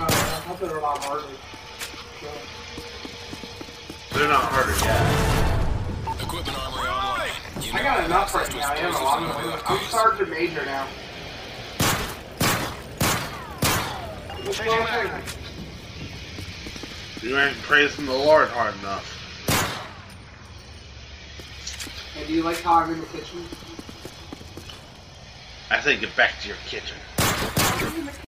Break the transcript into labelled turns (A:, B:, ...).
A: ones that are a lot harder. So,
B: They're not harder, yeah.
C: Equipment armory online. You
A: I
C: know
A: got
C: how
A: enough
C: access
A: right
C: to
A: now. I am a
C: explosives
A: lot
C: and
A: of
C: other
A: them. I'm
C: upgrades.
A: sergeant major now. What's going on?
B: You ain't praising the Lord hard enough.
A: Hey, do you like how I'm in the kitchen?
B: I say get back to your kitchen.